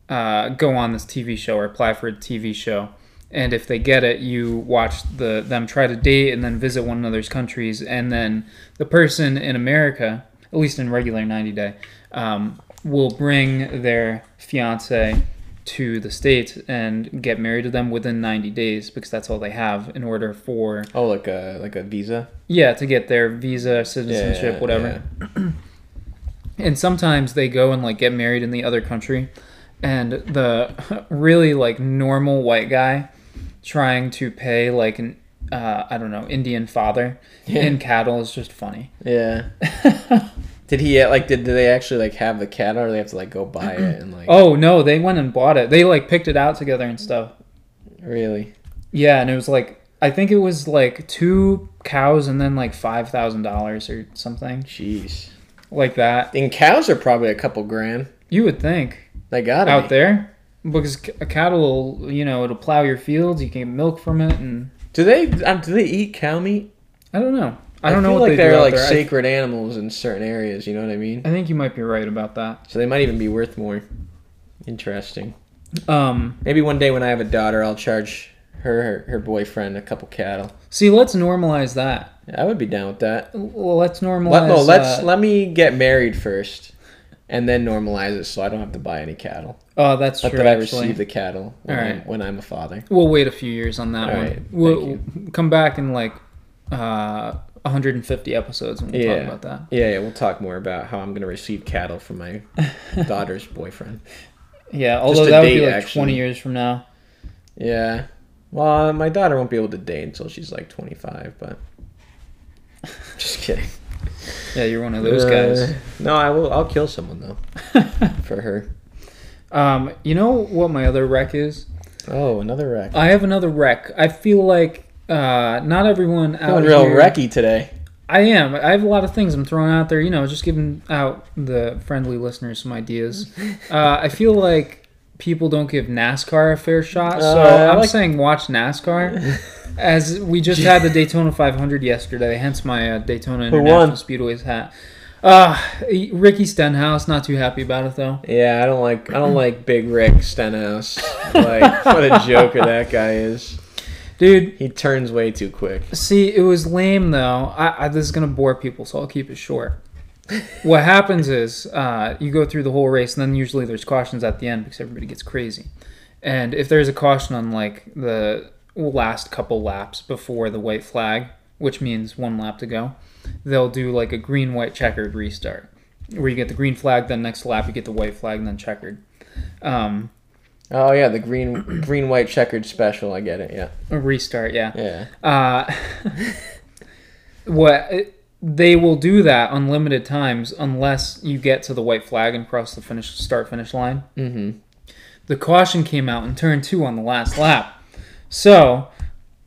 S2: uh, go on this TV show or apply for a TV show, and if they get it, you watch the them try to date and then visit one another's countries, and then the person in America, at least in regular ninety day, um, will bring their fiance to the states and get married to them within 90 days because that's all they have in order for
S1: Oh, like a like a visa.
S2: yeah to get their visa citizenship
S1: yeah,
S2: whatever and sometimes they go and like get married in the other country and the really like normal white guy trying to pay like an uh, i don't know indian father in cattle is just funny
S1: Yeah. did he uh, like? Did, did they actually like have the cat, or they have to like go buy it and like?
S2: oh no they went and bought it they like picked it out together and stuff
S1: really?
S2: yeah and it was like i think it was like two cows and then like five thousand dollars or something
S1: Jeez.
S2: like that
S1: And cows are probably a couple grand.
S2: you would think
S1: They got
S2: out
S1: out there.
S2: there because c- a cattle will, you know it'll plow your fields you can get milk from it and
S1: Do they? Um, do they eat cow meat?
S2: i don't know i don't know
S1: feel
S2: what
S1: like
S2: they
S1: they're
S2: do out
S1: like
S2: there. I-
S1: sacred animals in certain areas. You know what I mean?
S2: I, think you might be right about that
S1: So they might even be worth more. Interesting.
S2: um
S1: Maybe one day when I have a daughter, I'll charge her her, her boyfriend a couple cattle.
S2: see let's normalize that
S1: I would be down with that.
S2: Well, let's normalize
S1: Let, no, let's
S2: uh,
S1: let me get married first, and then normalize it so I don't have to buy any cattle.
S2: oh that's
S1: Let
S2: true
S1: that I
S2: actually
S1: receive the cattle when,
S2: All
S1: I'm,
S2: right.
S1: when I'm a father.
S2: we'll wait a few years on that
S1: All
S2: one
S1: right, thank
S2: we'll come back in like uh 150 episodes and we'll
S1: Yeah.
S2: talk about that
S1: Yeah, yeah, we'll talk more about how I'm going to receive cattle from my daughter's boyfriend.
S2: yeah although
S1: a
S2: that would be
S1: date,
S2: like
S1: actually.
S2: 20 years from now
S1: Yeah. Well, uh, my daughter won't be able to date until she's like 25, but just kidding.
S2: yeah you're one of those
S1: Uh,
S2: guys
S1: No, I will. I'll kill someone though for her.
S2: um you know what my other wreck is
S1: Oh, another wreck.
S2: I have another wreck. I feel like uh, not everyone
S1: Feeling
S2: out
S1: real
S2: here.
S1: wrecky today.
S2: I am. I have a lot of things I'm throwing out there. You know, just giving out the friendly listeners some ideas. uh, I feel like people don't give NASCAR a fair shot, so
S1: Uh, I
S2: I'm
S1: like-
S2: saying watch NASCAR. as we just had the Daytona 500 yesterday, hence my uh, Daytona
S1: Who won?
S2: International Speedways hat. Uh, Ricky Stenhouse, not too happy about it though.
S1: Yeah, I don't like I don't like Big Rick Stenhouse. Like what a joker that guy is.
S2: Dude,
S1: He turns way too quick.
S2: See, it was lame though. I, I this is gonna bore people, so I'll keep it short. what happens is uh, you go through the whole race, and then usually there's cautions at the end because everybody gets crazy. And if there's a caution on like the last couple laps before the white flag, which means one lap to go, they'll do like a green white checkered restart, where you get the green flag, then next lap you get the white flag, and then checkered. Um,
S1: Oh yeah, the green green white checkered special. I get it. Yeah,
S2: a restart, yeah.
S1: yeah.
S2: uh, what they will do that unlimited times unless you get to the white flag and cross the finish start finish line. Mm-hmm. The caution came out in turn two on the last lap, so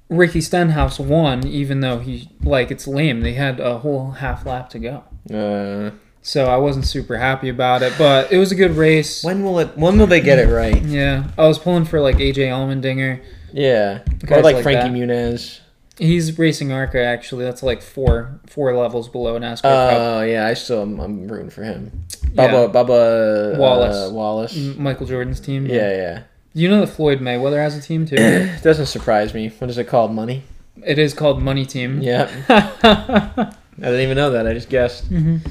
S2: Ricky Stenhouse won, even though he like it's lame. They had a whole half lap to go,
S1: Uh,
S2: so I wasn't super happy about it. But it was a good race.
S1: when will it? When will they get it right?
S2: Yeah, I was pulling for like AJ Allmendinger.
S1: Yeah, or
S2: Guys
S1: like,
S2: like
S1: Frankie
S2: that.
S1: Muniz.
S2: He's racing ARCA actually. That's like four four levels below NASCAR Cup.
S1: Oh yeah, I still am, I'm rooting for him. Bubba Bubba uh,
S2: Wallace.
S1: Wallace.
S2: M- Michael Jordan's team.
S1: Yeah,
S2: You know that Floyd Mayweather has a team too.
S1: yeah. Doesn't surprise me. What is it called? Money.
S2: it is called Money Team.
S1: Yeah. I didn't even know that. I just guessed.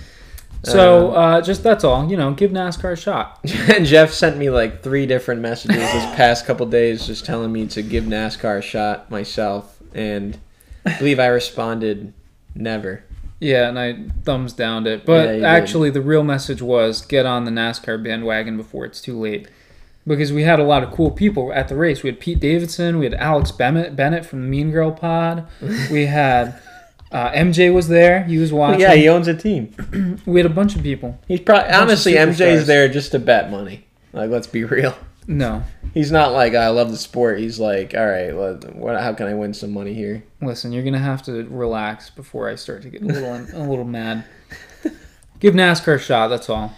S2: so uh, just that's all. You know, give NASCAR a shot.
S1: And Jeff sent me like three different messages this past couple days just telling me to give NASCAR a shot myself. And I believe I responded, never.
S2: Yeah, and I thumbs downed it. But
S1: Yeah, you did.
S2: actually, the real message was get on the NASCAR bandwagon before it's too late. Because we had a lot of cool people at the race. We had Pete Davidson. We had Alex Bennett, Bennett from the Mean Girl Pod. We had uh, MJ was there. He was watching.
S1: yeah, he owns a team.
S2: we had a bunch of people.
S1: He's probably,
S2: of
S1: honestly, MJ's
S2: superstars.
S1: there just to bet money. Like, let's be real.
S2: No,
S1: He's not like, I love the sport. He's like, all right, well, what, how can I win some money here?
S2: listen, you're gonna have to relax before I start to get a little a little mad. Give NASCAR a shot. That's all,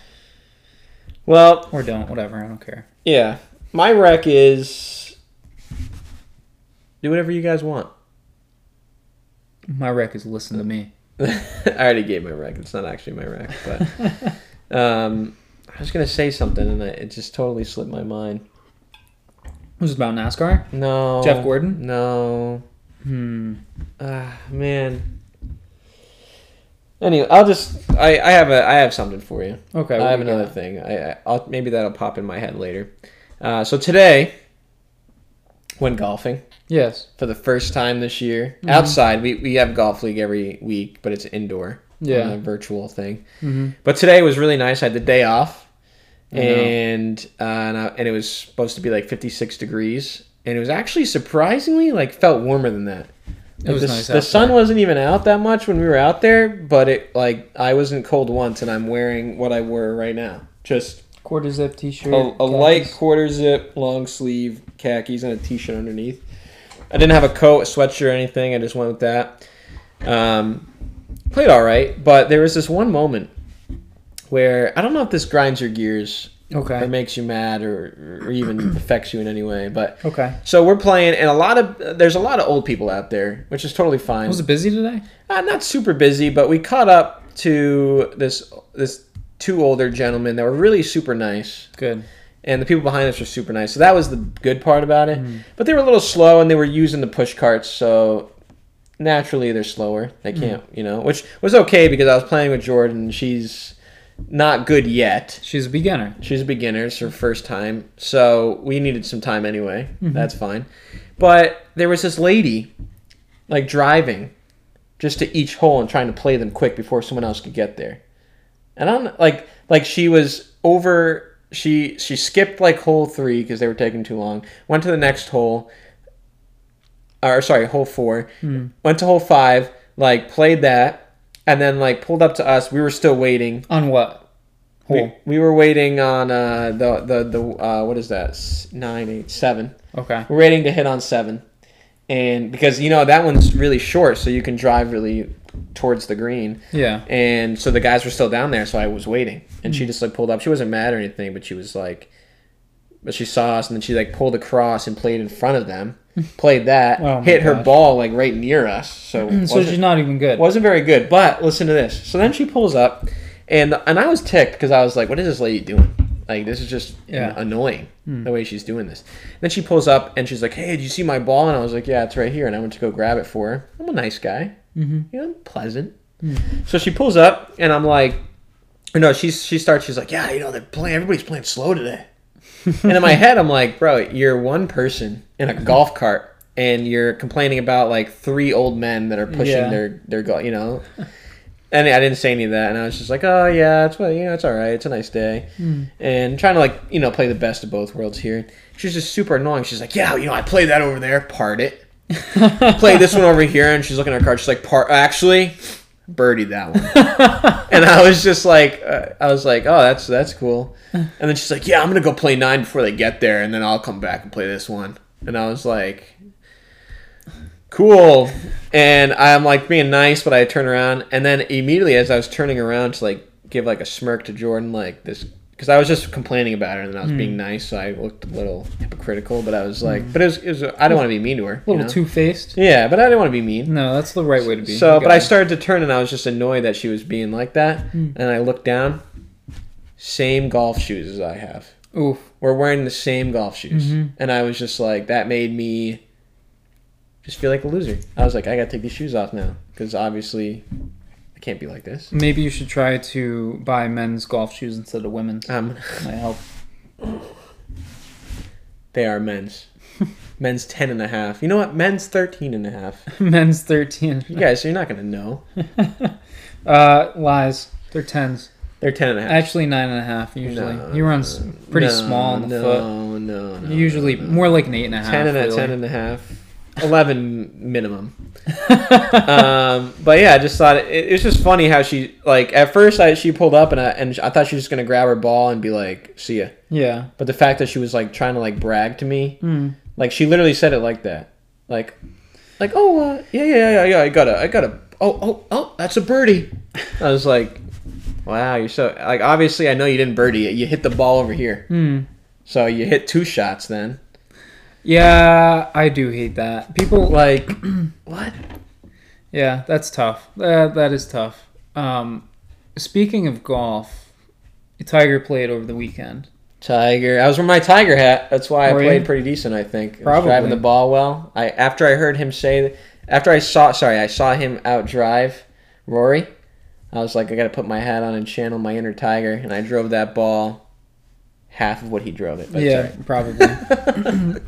S1: Well,
S2: or don't. Whatever. I don't care.
S1: Yeah. My rec is do whatever you guys want.
S2: My rec is listen to me.
S1: I already gave my rec. It's not actually my rec, but um, I was gonna say something and I, it just totally slipped my mind.
S2: This is about NASCAR.
S1: No.
S2: Jeff Gordon?
S1: No.
S2: Hmm.
S1: Ah, man. Anyway, I'll just I, I have a I have something for you.
S2: Okay. what
S1: I have
S2: do you
S1: another
S2: got?
S1: thing. I, I I'll, maybe that'll pop in my head later. Uh, so today, when golfing,
S2: Yes.
S1: for the first time this year
S2: Mm-hmm.
S1: outside. We, we have golf league every week, but it's indoor.
S2: Yeah.
S1: on a virtual thing.
S2: Mhm.
S1: But today was really nice. I had the day off,
S2: know.
S1: and uh, and, I, and it was supposed to be like 56 degrees, and it was actually surprisingly like felt warmer than that. Like,
S2: was
S1: the,
S2: nice
S1: the sun
S2: outside.
S1: wasn't even out that much when we were out there, but it like I wasn't cold once, and I'm wearing what I wear right now. Just
S2: Quarter zip t-shirt.
S1: a, a light quarter zip, long sleeve khakis, and a t-shirt underneath. I didn't have a coat, a sweatshirt, or anything. I just went with that. Um, played all right, but there was this one moment where I don't know if this grinds your gears or
S2: Okay.
S1: makes you mad or, or even affects you in any way. But
S2: Okay.
S1: so we're playing, and a lot of there's a lot of old people out there, which is totally fine.
S2: Was it busy today?
S1: Uh, not super busy, but we caught up to this this two older gentlemen that were really super nice
S2: Good.
S1: and the people behind us were super nice. So that was the good part about it. But they were a little slow, and they were using the push carts, so naturally they're slower. They can't, you know, which was okay because I was playing with Jordan. She's not good yet.
S2: She's a beginner.
S1: She's a beginner. It's her first time, so we needed some time anyway. That's fine. But there was this lady, like driving, just to each hole and trying to play them quick before someone else could get there. And I'm like, like she was over. She she skipped like hole three because they were taking too long. Went to the next hole, or sorry, hole four. Went to hole five. Like played that, and then like pulled up to us. We were still waiting.
S2: On what?
S1: We,
S2: Hole.
S1: we were waiting on uh, the the the uh, what is that S- nine eight seven.
S2: Okay.
S1: We're waiting to hit on seven, and because you know that one's really short, so you can drive really towards the green.
S2: Yeah.
S1: And so the guys were still down there, so I was waiting, and
S2: Hmm.
S1: she just like pulled up. She wasn't mad or anything, but she was like, but she saw us, and then she like pulled across and played in front of them, played that,
S2: Oh my
S1: hit her
S2: gosh.
S1: ball like right near us. So
S2: So she's not even good.
S1: wasn't very good, but listen to this. So then she pulls up, and and I was ticked because I was like, "What is this lady doing? Like, this is just
S2: Yeah. Hmm.
S1: annoying the way she's doing this." Then she pulls up and she's like, "Hey, did you see my ball?" And I was like, "Yeah, it's right here." And I went to go grab it for her. I'm a nice guy, mm-hmm. you know, I'm pleasant.
S2: Hmm.
S1: So she pulls up, and I'm like, "No." She she starts. She's like, "Yeah, you know, they're playing. Everybody's playing slow today." and in my head, I'm like, "Bro, you're one person in a golf cart." And you're complaining about like three old men that are pushing
S2: Yeah.
S1: their their go, you know, and I didn't say any of that, and I was just like, "Oh yeah, it's well, you know, it's all right. It's a nice day," and trying to like you know play the best of both worlds here. She's just super annoying. She's like, "Yeah, you know, I played that over there, part it. play this one over here," and she's looking at her card. She's like, "Part actually, birdied that one," and I was just like, uh, "I was like, oh, that's that's cool," and then she's like, "Yeah, I'm gonna go play nine before they get there, and then I'll come back and play this one," and I was like. cool. And I'm like being nice, but I turn around, and then immediately as I was turning around to like give like a smirk to Jordan, like this, because I was just complaining about her and I was being nice, so I looked a little hypocritical. But I was like, but it was, it was I didn't want to be mean to her.
S2: A
S1: you
S2: little
S1: know?
S2: two faced.
S1: Yeah, but I didn't want to be mean.
S2: No, that's the right way to be.
S1: So,
S2: You
S1: but
S2: got
S1: I
S2: it.
S1: started to turn, and I was just annoyed that she was being like that.
S2: Hmm.
S1: And I looked down. Same golf shoes as I have.
S2: Oof.
S1: We're wearing the same golf shoes.
S2: Mhm.
S1: And I was just like, that made me just feel like a loser. I was like, I gotta take these shoes off now. Because obviously, I can't be like this.
S2: Maybe you should try to buy men's golf shoes instead of women's.
S1: Um,
S2: Might help.
S1: they are men's. men's 10 and a half. You know what? Men's 13 and a half.
S2: men's thirteen.
S1: You guys, you're not gonna know.
S2: Uh, lies. They're tens.
S1: They're 10 and a half.
S2: Actually, nine and a half usually.
S1: No,
S2: you run s- pretty
S1: No,
S2: small on the
S1: no,
S2: foot.
S1: No, no, no.
S2: usually
S1: no, no.
S2: more like an eight and a half.
S1: 10 and a,
S2: really.
S1: 10 and a half 11 minimum um, but yeah i just thought it, it was just funny how she like at first I, she pulled up and I, and I thought she was just gonna grab her ball and be like see ya
S2: Yeah.
S1: but the fact that she was like trying to like brag to me
S2: Mm.
S1: like she literally said it like that like like oh uh, yeah yeah yeah yeah i got a i got a oh oh oh that's a birdie i was like wow you're so like obviously i know you didn't birdie it you hit the ball over here
S2: Mm.
S1: so you hit two shots then
S2: Yeah, I do hate that. People.
S1: like what
S2: Yeah, that's tough. That that is tough. Um, speaking of golf, Tiger played over the weekend.
S1: Tiger. I was wearing my Tiger hat. That's why
S2: Were
S1: I played
S2: you?
S1: pretty decent, I think. I was
S2: Probably.
S1: driving the ball well. I after I heard him say after I saw sorry, I saw him out drive Rory. I was like, I gotta put my hat on and channel my inner tiger and I drove that ball half of what he drove it. But
S2: yeah,
S1: it's
S2: probably.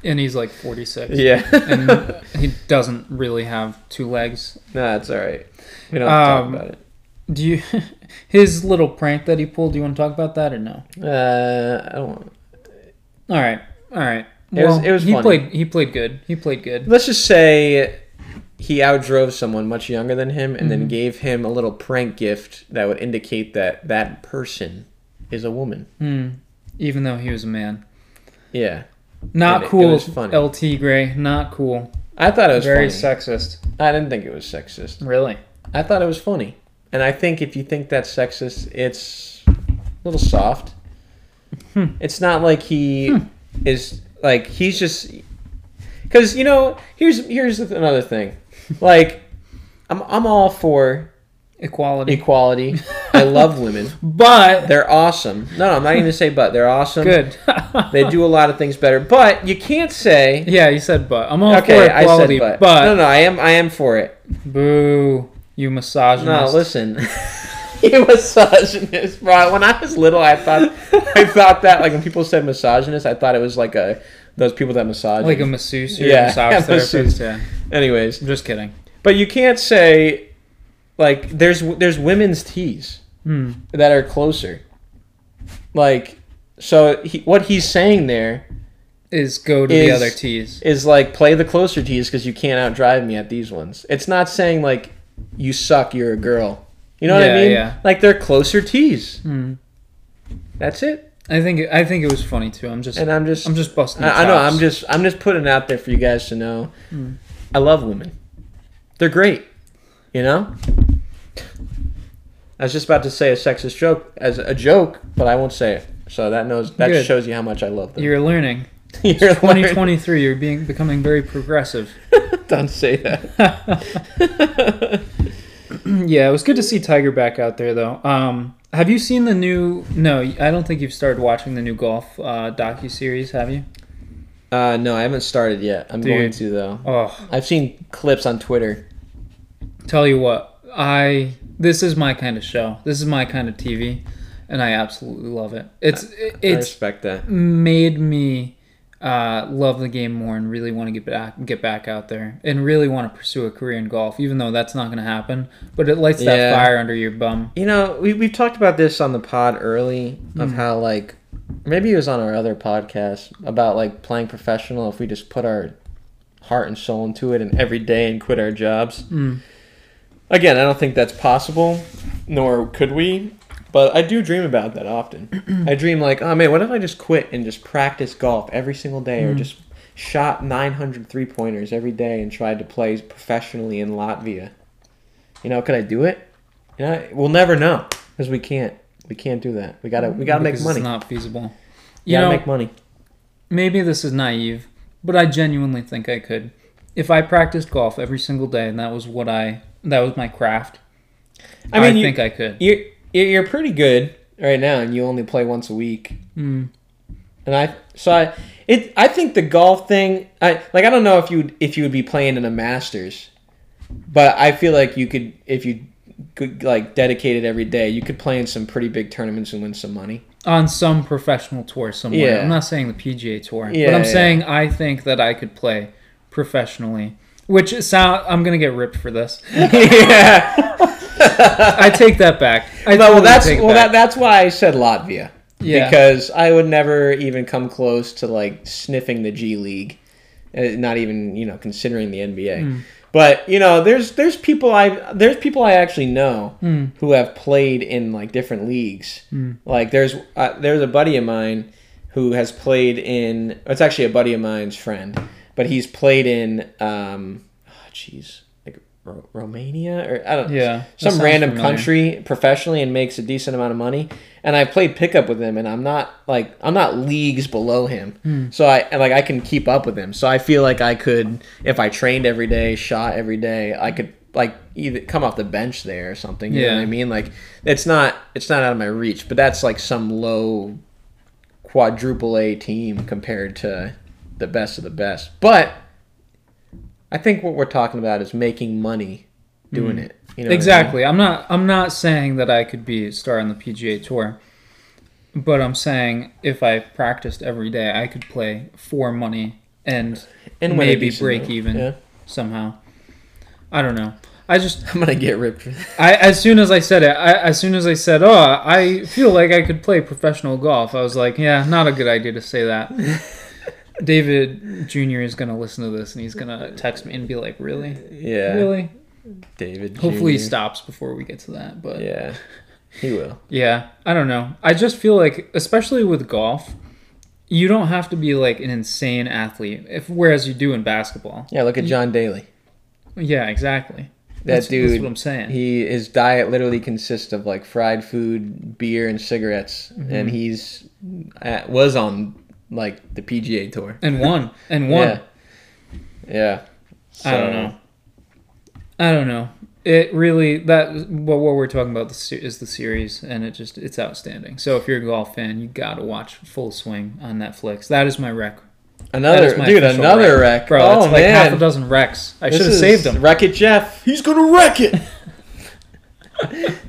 S2: and he's like 46.
S1: alright. Yeah. no,
S2: and he doesn't really have two legs.
S1: that's alright. We don't have to
S2: Um,
S1: talk about it.
S2: Do you? His little prank that he pulled. Do you want to talk about that or no?
S1: Uh I don't want
S2: All right, all right.
S1: It was- it was
S2: he
S1: funny.
S2: played. He played good. He played good.
S1: let's just say he outdrove someone much younger than him and then gave him a little prank gift that would indicate that that person is a woman.
S2: Hmm. Even though he was a man,
S1: Yeah.
S2: not
S1: It- it
S2: cool.
S1: was funny.
S2: LT Gray, not cool.
S1: I thought it was
S2: Very
S1: funny.
S2: sexist.
S1: I didn't think it was sexist.
S2: Really.
S1: I thought it was funny. And I think if you think that's sexist, it's a little soft. It's not like he is like he's just cuz you know, here's here's another thing. Like I'm I'm all for
S2: Equality.
S1: equality. I love women.
S2: but
S1: They're awesome. No, no, I'm not even gonna say but. They're awesome.
S2: good.
S1: They do a lot of things better. But you can't say
S2: yeah, you said but. I'm all
S1: Okay,
S2: for
S1: I said
S2: equality,
S1: but.
S2: but,
S1: No, no, I am I am for it.
S2: boo, you misogynist.
S1: No, listen. you misogynist, bro. When I was little I thought I thought that like when people said misogynist, I thought it was like a those people that massage.
S2: like a masseuse or
S1: Yeah,
S2: a massage
S1: masseuse.
S2: therapist. Yeah,
S1: anyways.
S2: I'm just kidding.
S1: But you can't say like there's there's women's tees
S2: Hmm.
S1: that are closer. Like so he, what he's saying there
S2: Is go to
S1: Is-
S2: the other T's.
S1: is like play the closer tees because you can't outdrive me at these ones. It's not saying like you suck, you're a girl. You know what I
S2: Yeah,
S1: mean?
S2: yeah.
S1: Like they're closer tees.
S2: Hmm.
S1: That's it.
S2: I think I think it was funny too. I'm just
S1: And I'm just,
S2: I'm just busting.
S1: I, I know.
S2: chops.
S1: I'm just, I'm just putting it out there for you guys to know.
S2: Hmm.
S1: I love women. They're great. You know. I was just about to say a sexist joke as a joke, but I won't say it. So that knows that
S2: Good.
S1: shows you how much I love them.
S2: You're learning.
S1: You're
S2: 2023. You're being becoming very progressive.
S1: Don't say that.
S2: yeah, it was good to see Tiger back out there though. Um, have you seen the new? No, I don't think you've started watching the new golf uh, docu series. Have you?
S1: Uh, no, I haven't started yet. I'm going
S2: Dude.
S1: to though.
S2: Oh,
S1: I've seen clips on Twitter.
S2: tell you what i this is my kind of show this is my kind of tv and i absolutely love it it's
S1: I
S2: it's
S1: respect that.
S2: made me uh, love the game more and really want to get back get back out there and really want to pursue a career in golf even though that's not going to happen but it lights that
S1: Yeah.
S2: fire under your bum
S1: You know, we we've talked about this on the pod early of
S2: Hmm.
S1: how like maybe it was on our other podcast about like playing professional if we just put our heart and soul into it and every day and quit our jobs.
S2: Mm.
S1: Again, I don't think that's possible, nor could we. But I do dream about that often. I dream like, oh man, what if I just quit and just practice golf every single day, or just shot 900 three pointers every day and tried to play professionally in Latvia. You know, could I do it? You know, we'll never know because we can't. We can't do that. We gotta. We gotta
S2: because
S1: make money.
S2: It's not feasible.
S1: you
S2: You
S1: gotta
S2: know,
S1: make money.
S2: maybe this is naive, but I genuinely think I could. If I practiced golf every single day and that was what I that was my craft,
S1: I
S2: I,
S1: mean, you-
S2: think I could.
S1: You're you're pretty good right now, and you only play once a week.
S2: Mm.
S1: And I so I it I think the golf thing I like I don't know if you would if you would be playing in a Masters, but I feel like you could if you could like dedicate it every day, you could play in some pretty big tournaments and win some money.
S2: On some professional tour somewhere.
S1: Yeah.
S2: I'm not saying the PGA tour,
S1: Yeah,
S2: but I'm
S1: yeah.
S2: saying I think that I could play professionally. Which sound I'm gonna get ripped for this.
S1: yeah.
S2: I take that back. I
S1: No, well
S2: totally
S1: that's
S2: take it
S1: well that
S2: back.
S1: that's why I said Latvia.
S2: Yeah.
S1: Because I would never even come close to like sniffing the G League, uh, not even you know considering the NBA.
S2: Hmm.
S1: But you know, there's there's people I there's people I actually know
S2: Hmm.
S1: who have played in like different leagues. Like there's uh, there's a buddy of mine who has played in. It's actually a buddy of mine's friend, but he's played in. um oh, Jeez, like Ro- Romania or I don't
S2: Yeah, that
S1: some
S2: sounds
S1: random
S2: familiar.
S1: country professionally and makes a decent amount of money. And I played pickup with him, and I'm not like I'm not leagues below him,
S2: Hmm.
S1: so I and, like I can keep up with him. So I feel like I could, if I trained every day, shot every day, I could like either come off the bench there or something. You know
S2: Yeah.
S1: what I mean? Like it's not it's not out of my reach, but that's like some low quadruple A team compared to the best of the best. But I think what we're talking about is making money doing it. You know what I mean?
S2: Hmm. exactly. I'm not. I'm not saying that I could be a star on the PGA Tour, but I'm saying if I practiced every day, I could play for money and,
S1: And win a
S2: maybe
S1: decent
S2: break
S1: amount,
S2: even
S1: yeah.
S2: somehow. I don't know. I just.
S1: I'm gonna get ripped. For that.
S2: I as soon as I said it, I, as soon as I said, "Oh, I feel like I could play professional golf," I was like, "Yeah, not a good idea to say that." David Junior is gonna listen to this and he's gonna text me and be like, "Really,
S1: Yeah,
S2: really?"
S1: David.
S2: Hopefully, he
S1: Jr..
S2: stops before we get to that. But
S1: Yeah, he will.
S2: Yeah, I don't know. I just feel like, especially with golf, you don't have to be like an insane athlete, if whereas you do in basketball.
S1: Yeah, look at John Daly.
S2: Yeah, exactly. That
S1: dude,
S2: That's what I'm saying.
S1: He his diet literally consists of like fried food, beer, and cigarettes,
S2: Mm-hmm.
S1: and he's uh, was on like the PGA tour.
S2: and one, and one.
S1: Yeah. Yeah.
S2: I don't know. I don't know. It really that what what we're talking about the se- is the series, and it just it's outstanding. So if you're a golf fan, you gotta watch Full Swing on Netflix. That is my rec. That is
S1: Another
S2: my
S1: dude,
S2: official
S1: another wreck.
S2: bro.
S1: oh
S2: that's like
S1: man,
S2: half a dozen wrecks. I should have saved them.
S1: Wreck it, Jeff. He's gonna wreck it.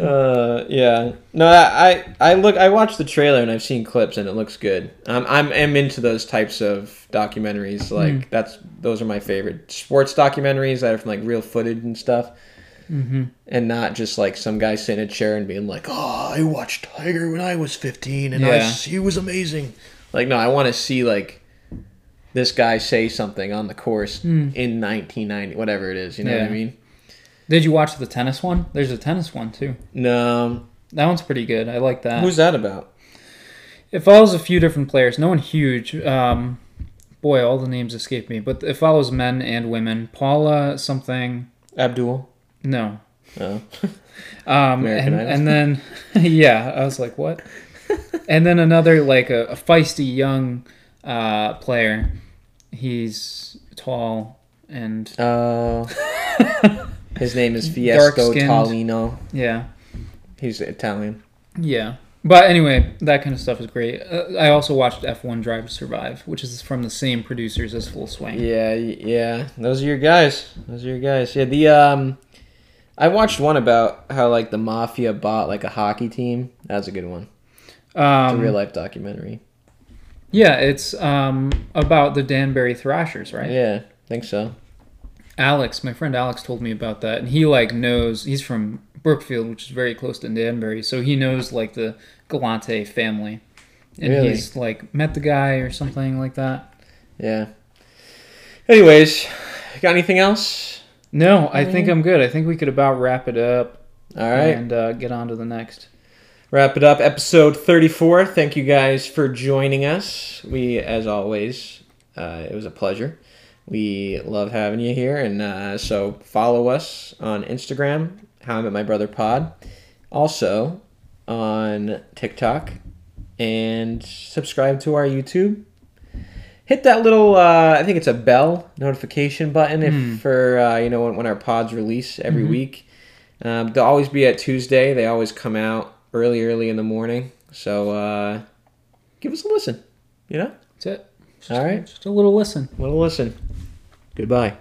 S1: uh, yeah. No, I, I I look. I watched the trailer and I've seen clips and it looks good. Um, I'm I'm into those types of documentaries. Like that's those are my favorite sports documentaries that are from like real footage and stuff.
S2: Mm-hmm.
S1: And not just like some guy sitting in a chair and being like, "Oh, I watched Tiger when I was 15, and I
S2: Yeah.
S1: s he was amazing." Like, no, I want to see like this guy say something on the course in 1990, whatever it is. You know what I
S2: Yeah.
S1: mean?
S2: Did you watch the tennis one? There's a tennis one too.
S1: No.
S2: That one's pretty good. I like that.
S1: Uh, Who's that about?
S2: It follows a few different players. No one huge. Um, boy, all the names escape me. But it follows men and women. Paula something.
S1: Abdul.
S2: No.
S1: Oh.
S2: Um,
S1: American
S2: and,
S1: Idol.
S2: and then, yeah, I was like, what? and then another like a, a feisty young uh, player. He's tall and
S1: Uh, his name is Fiesco
S2: Dark-skinned.
S1: Tallino.
S2: yeah,
S1: He's Italian.
S2: yeah. But anyway, that kind of stuff is great. Uh, I also watched F1 Drive to Survive, which is from the same producers as Full Swing.
S1: Yeah, y- yeah. Those are your guys. Those are your guys. Yeah, the um I watched one about how like the mafia bought like a hockey team. That was a good one. It's a
S2: Um,
S1: real life documentary.
S2: Yeah, it's um, about the Danbury Thrashers, right?
S1: Yeah, I think so.
S2: Alex, my friend Alex, told me about that, and he like knows he's from Brookfield, which is very close to Danbury, so he knows like the Galante family, and
S1: Really?
S2: he's like met the guy or something like that.
S1: Yeah. Anyways, got anything else?
S2: No, I think I'm good. I think we could about wrap it up
S1: All right.
S2: and uh, get on to the next.
S1: wrap it up episode 34 thank you guys for joining us we as always Uh, it was a pleasure. We love having you here, and uh, so follow us on Instagram, How I Met My Brother Pod, also on TikTok, and subscribe to our YouTube. Hit that little, uh, I think it's a bell notification button if for uh, you know when, when our pods release every week. Um, they'll always be at Tuesday. They always come out early, early in the morning. So uh, give us a listen. You know,
S2: That's it. Just,
S1: All right.
S2: Just a little listen.
S1: little listen. Goodbye.